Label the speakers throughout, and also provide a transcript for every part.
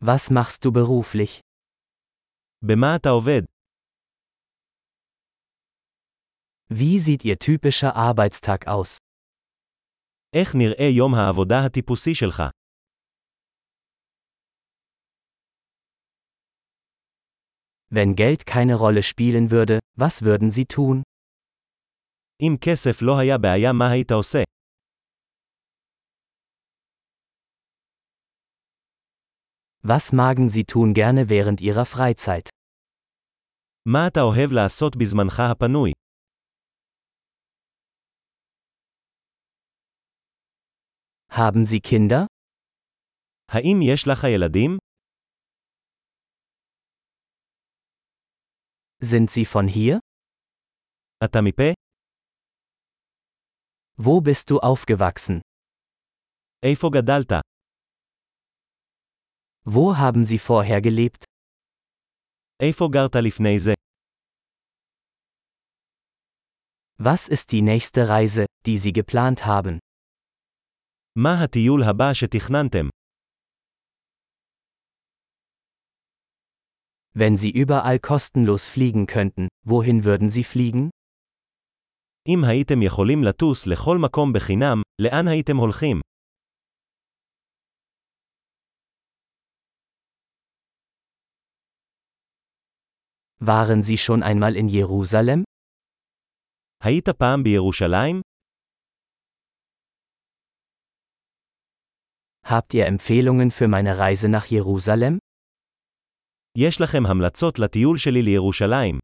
Speaker 1: Was machst du beruflich?
Speaker 2: במה אתה עובד?
Speaker 1: Wie sieht Ihr typischer Arbeitstag aus?
Speaker 2: איך נראה יום העבודה הטיפוסי שלך?
Speaker 1: Wenn Geld keine Rolle spielen würde, was würden Sie tun?
Speaker 2: אם כסף לא היה בעיה מה היית עושה?
Speaker 1: Was magen Sie tun gerne während Ihrer Freizeit?
Speaker 2: מה אתה אוהב לעשות בזמנך הפנוי?
Speaker 1: Haben Sie Kinder?
Speaker 2: האם יש לך ילדים?
Speaker 1: Sind Sie von hier?
Speaker 2: אתה מפה?
Speaker 1: Wo bist du aufgewachsen?
Speaker 2: איפה גדלת?
Speaker 1: Wo haben Sie vorher gelebt?
Speaker 2: איפה גרת לפני זה?
Speaker 1: Was ist die nächste Reise, die Sie geplant haben?
Speaker 2: מה הטיול הבא שתכננתם?
Speaker 1: Wenn Sie überall kostenlos fliegen könnten, wohin würden Sie fliegen?
Speaker 2: אם הייתם יכולים לטוס לכל מקום בחינם, לאן הייתם הולכים?
Speaker 1: Waren Sie schon einmal in Jerusalem?
Speaker 2: היית פעם בירושלים?
Speaker 1: Habt ihr Empfehlungen für meine Reise nach Jerusalem?
Speaker 2: יש לכם המלצות לטיול שלי לירושלים.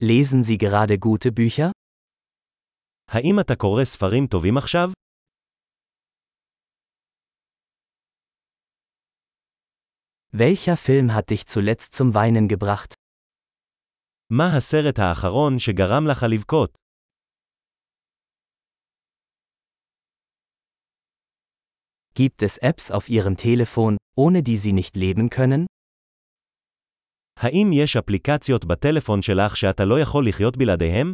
Speaker 1: Lesen Sie gerade gute Bücher?
Speaker 2: האם אתה קורא ספרים טובים עכשיו?
Speaker 1: Welcher Film hat dich zuletzt zum Weinen gebracht?
Speaker 2: מה הסרט האחרון שגרם לך לבכות?
Speaker 1: Gibt es Apps auf Ihrem Telefon, ohne die Sie nicht leben können?
Speaker 2: האם יש אפליקציות בטלפון שלך שאתה לא יכול לחיות בלעדיהם?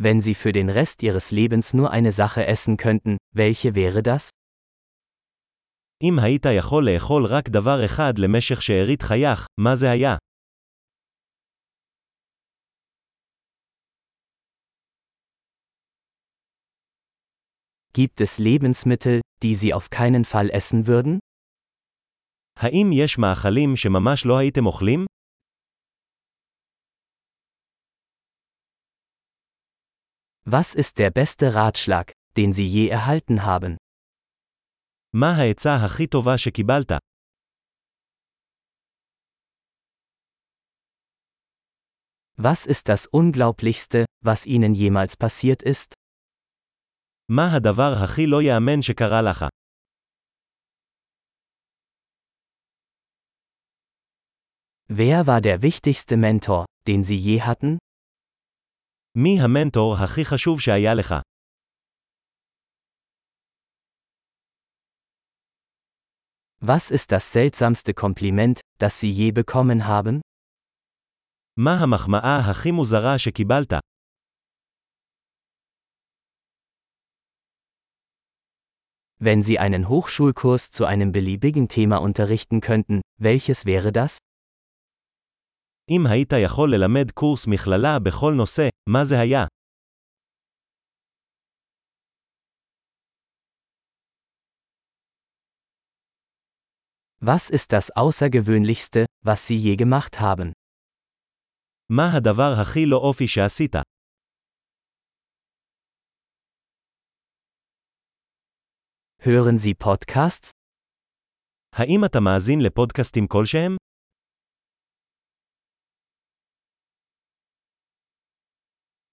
Speaker 1: Wenn Sie für den Rest Ihres Lebens nur eine Sache essen könnten, welche wäre das?
Speaker 2: אם היית יכול לאכול רק דבר אחד למשך שארית חייך, מה זה היה?
Speaker 1: Gibt es Lebensmittel, die Sie auf keinen Fall essen würden?
Speaker 2: האם יש מאכלים שממש לא הייתם אוכלים?
Speaker 1: Was ist der beste Ratschlag, den Sie je erhalten haben?
Speaker 2: מה העצה הכי טובה שקיבלת?
Speaker 1: Was ist das Unglaublichste, was Ihnen jemals passiert ist?
Speaker 2: מה הדבר הכי לא ייאמן שקרה לך?
Speaker 1: Wer war der wichtigste Mentor, den Sie je hatten?
Speaker 2: מי המנטור הכי חשוב שהיה לך?
Speaker 1: Was ist das seltsamste Kompliment, das Sie je bekommen haben?
Speaker 2: מה המחמאה הכי מוזרה שקיבלת?
Speaker 1: Wenn Sie einen Hochschulkurs zu einem beliebigen Thema unterrichten könnten, welches wäre das?
Speaker 2: אם היית יכול ללמד קורס מכללה בכל נושא, מה זה היה?
Speaker 1: Was ist das Außergewöhnlichste, was Sie je gemacht haben?
Speaker 2: מה הדבר הכי לא אופי שעשית?
Speaker 1: Hören Sie Podcasts?
Speaker 2: האם אתה מאזין לפודקאסטים כלשהם?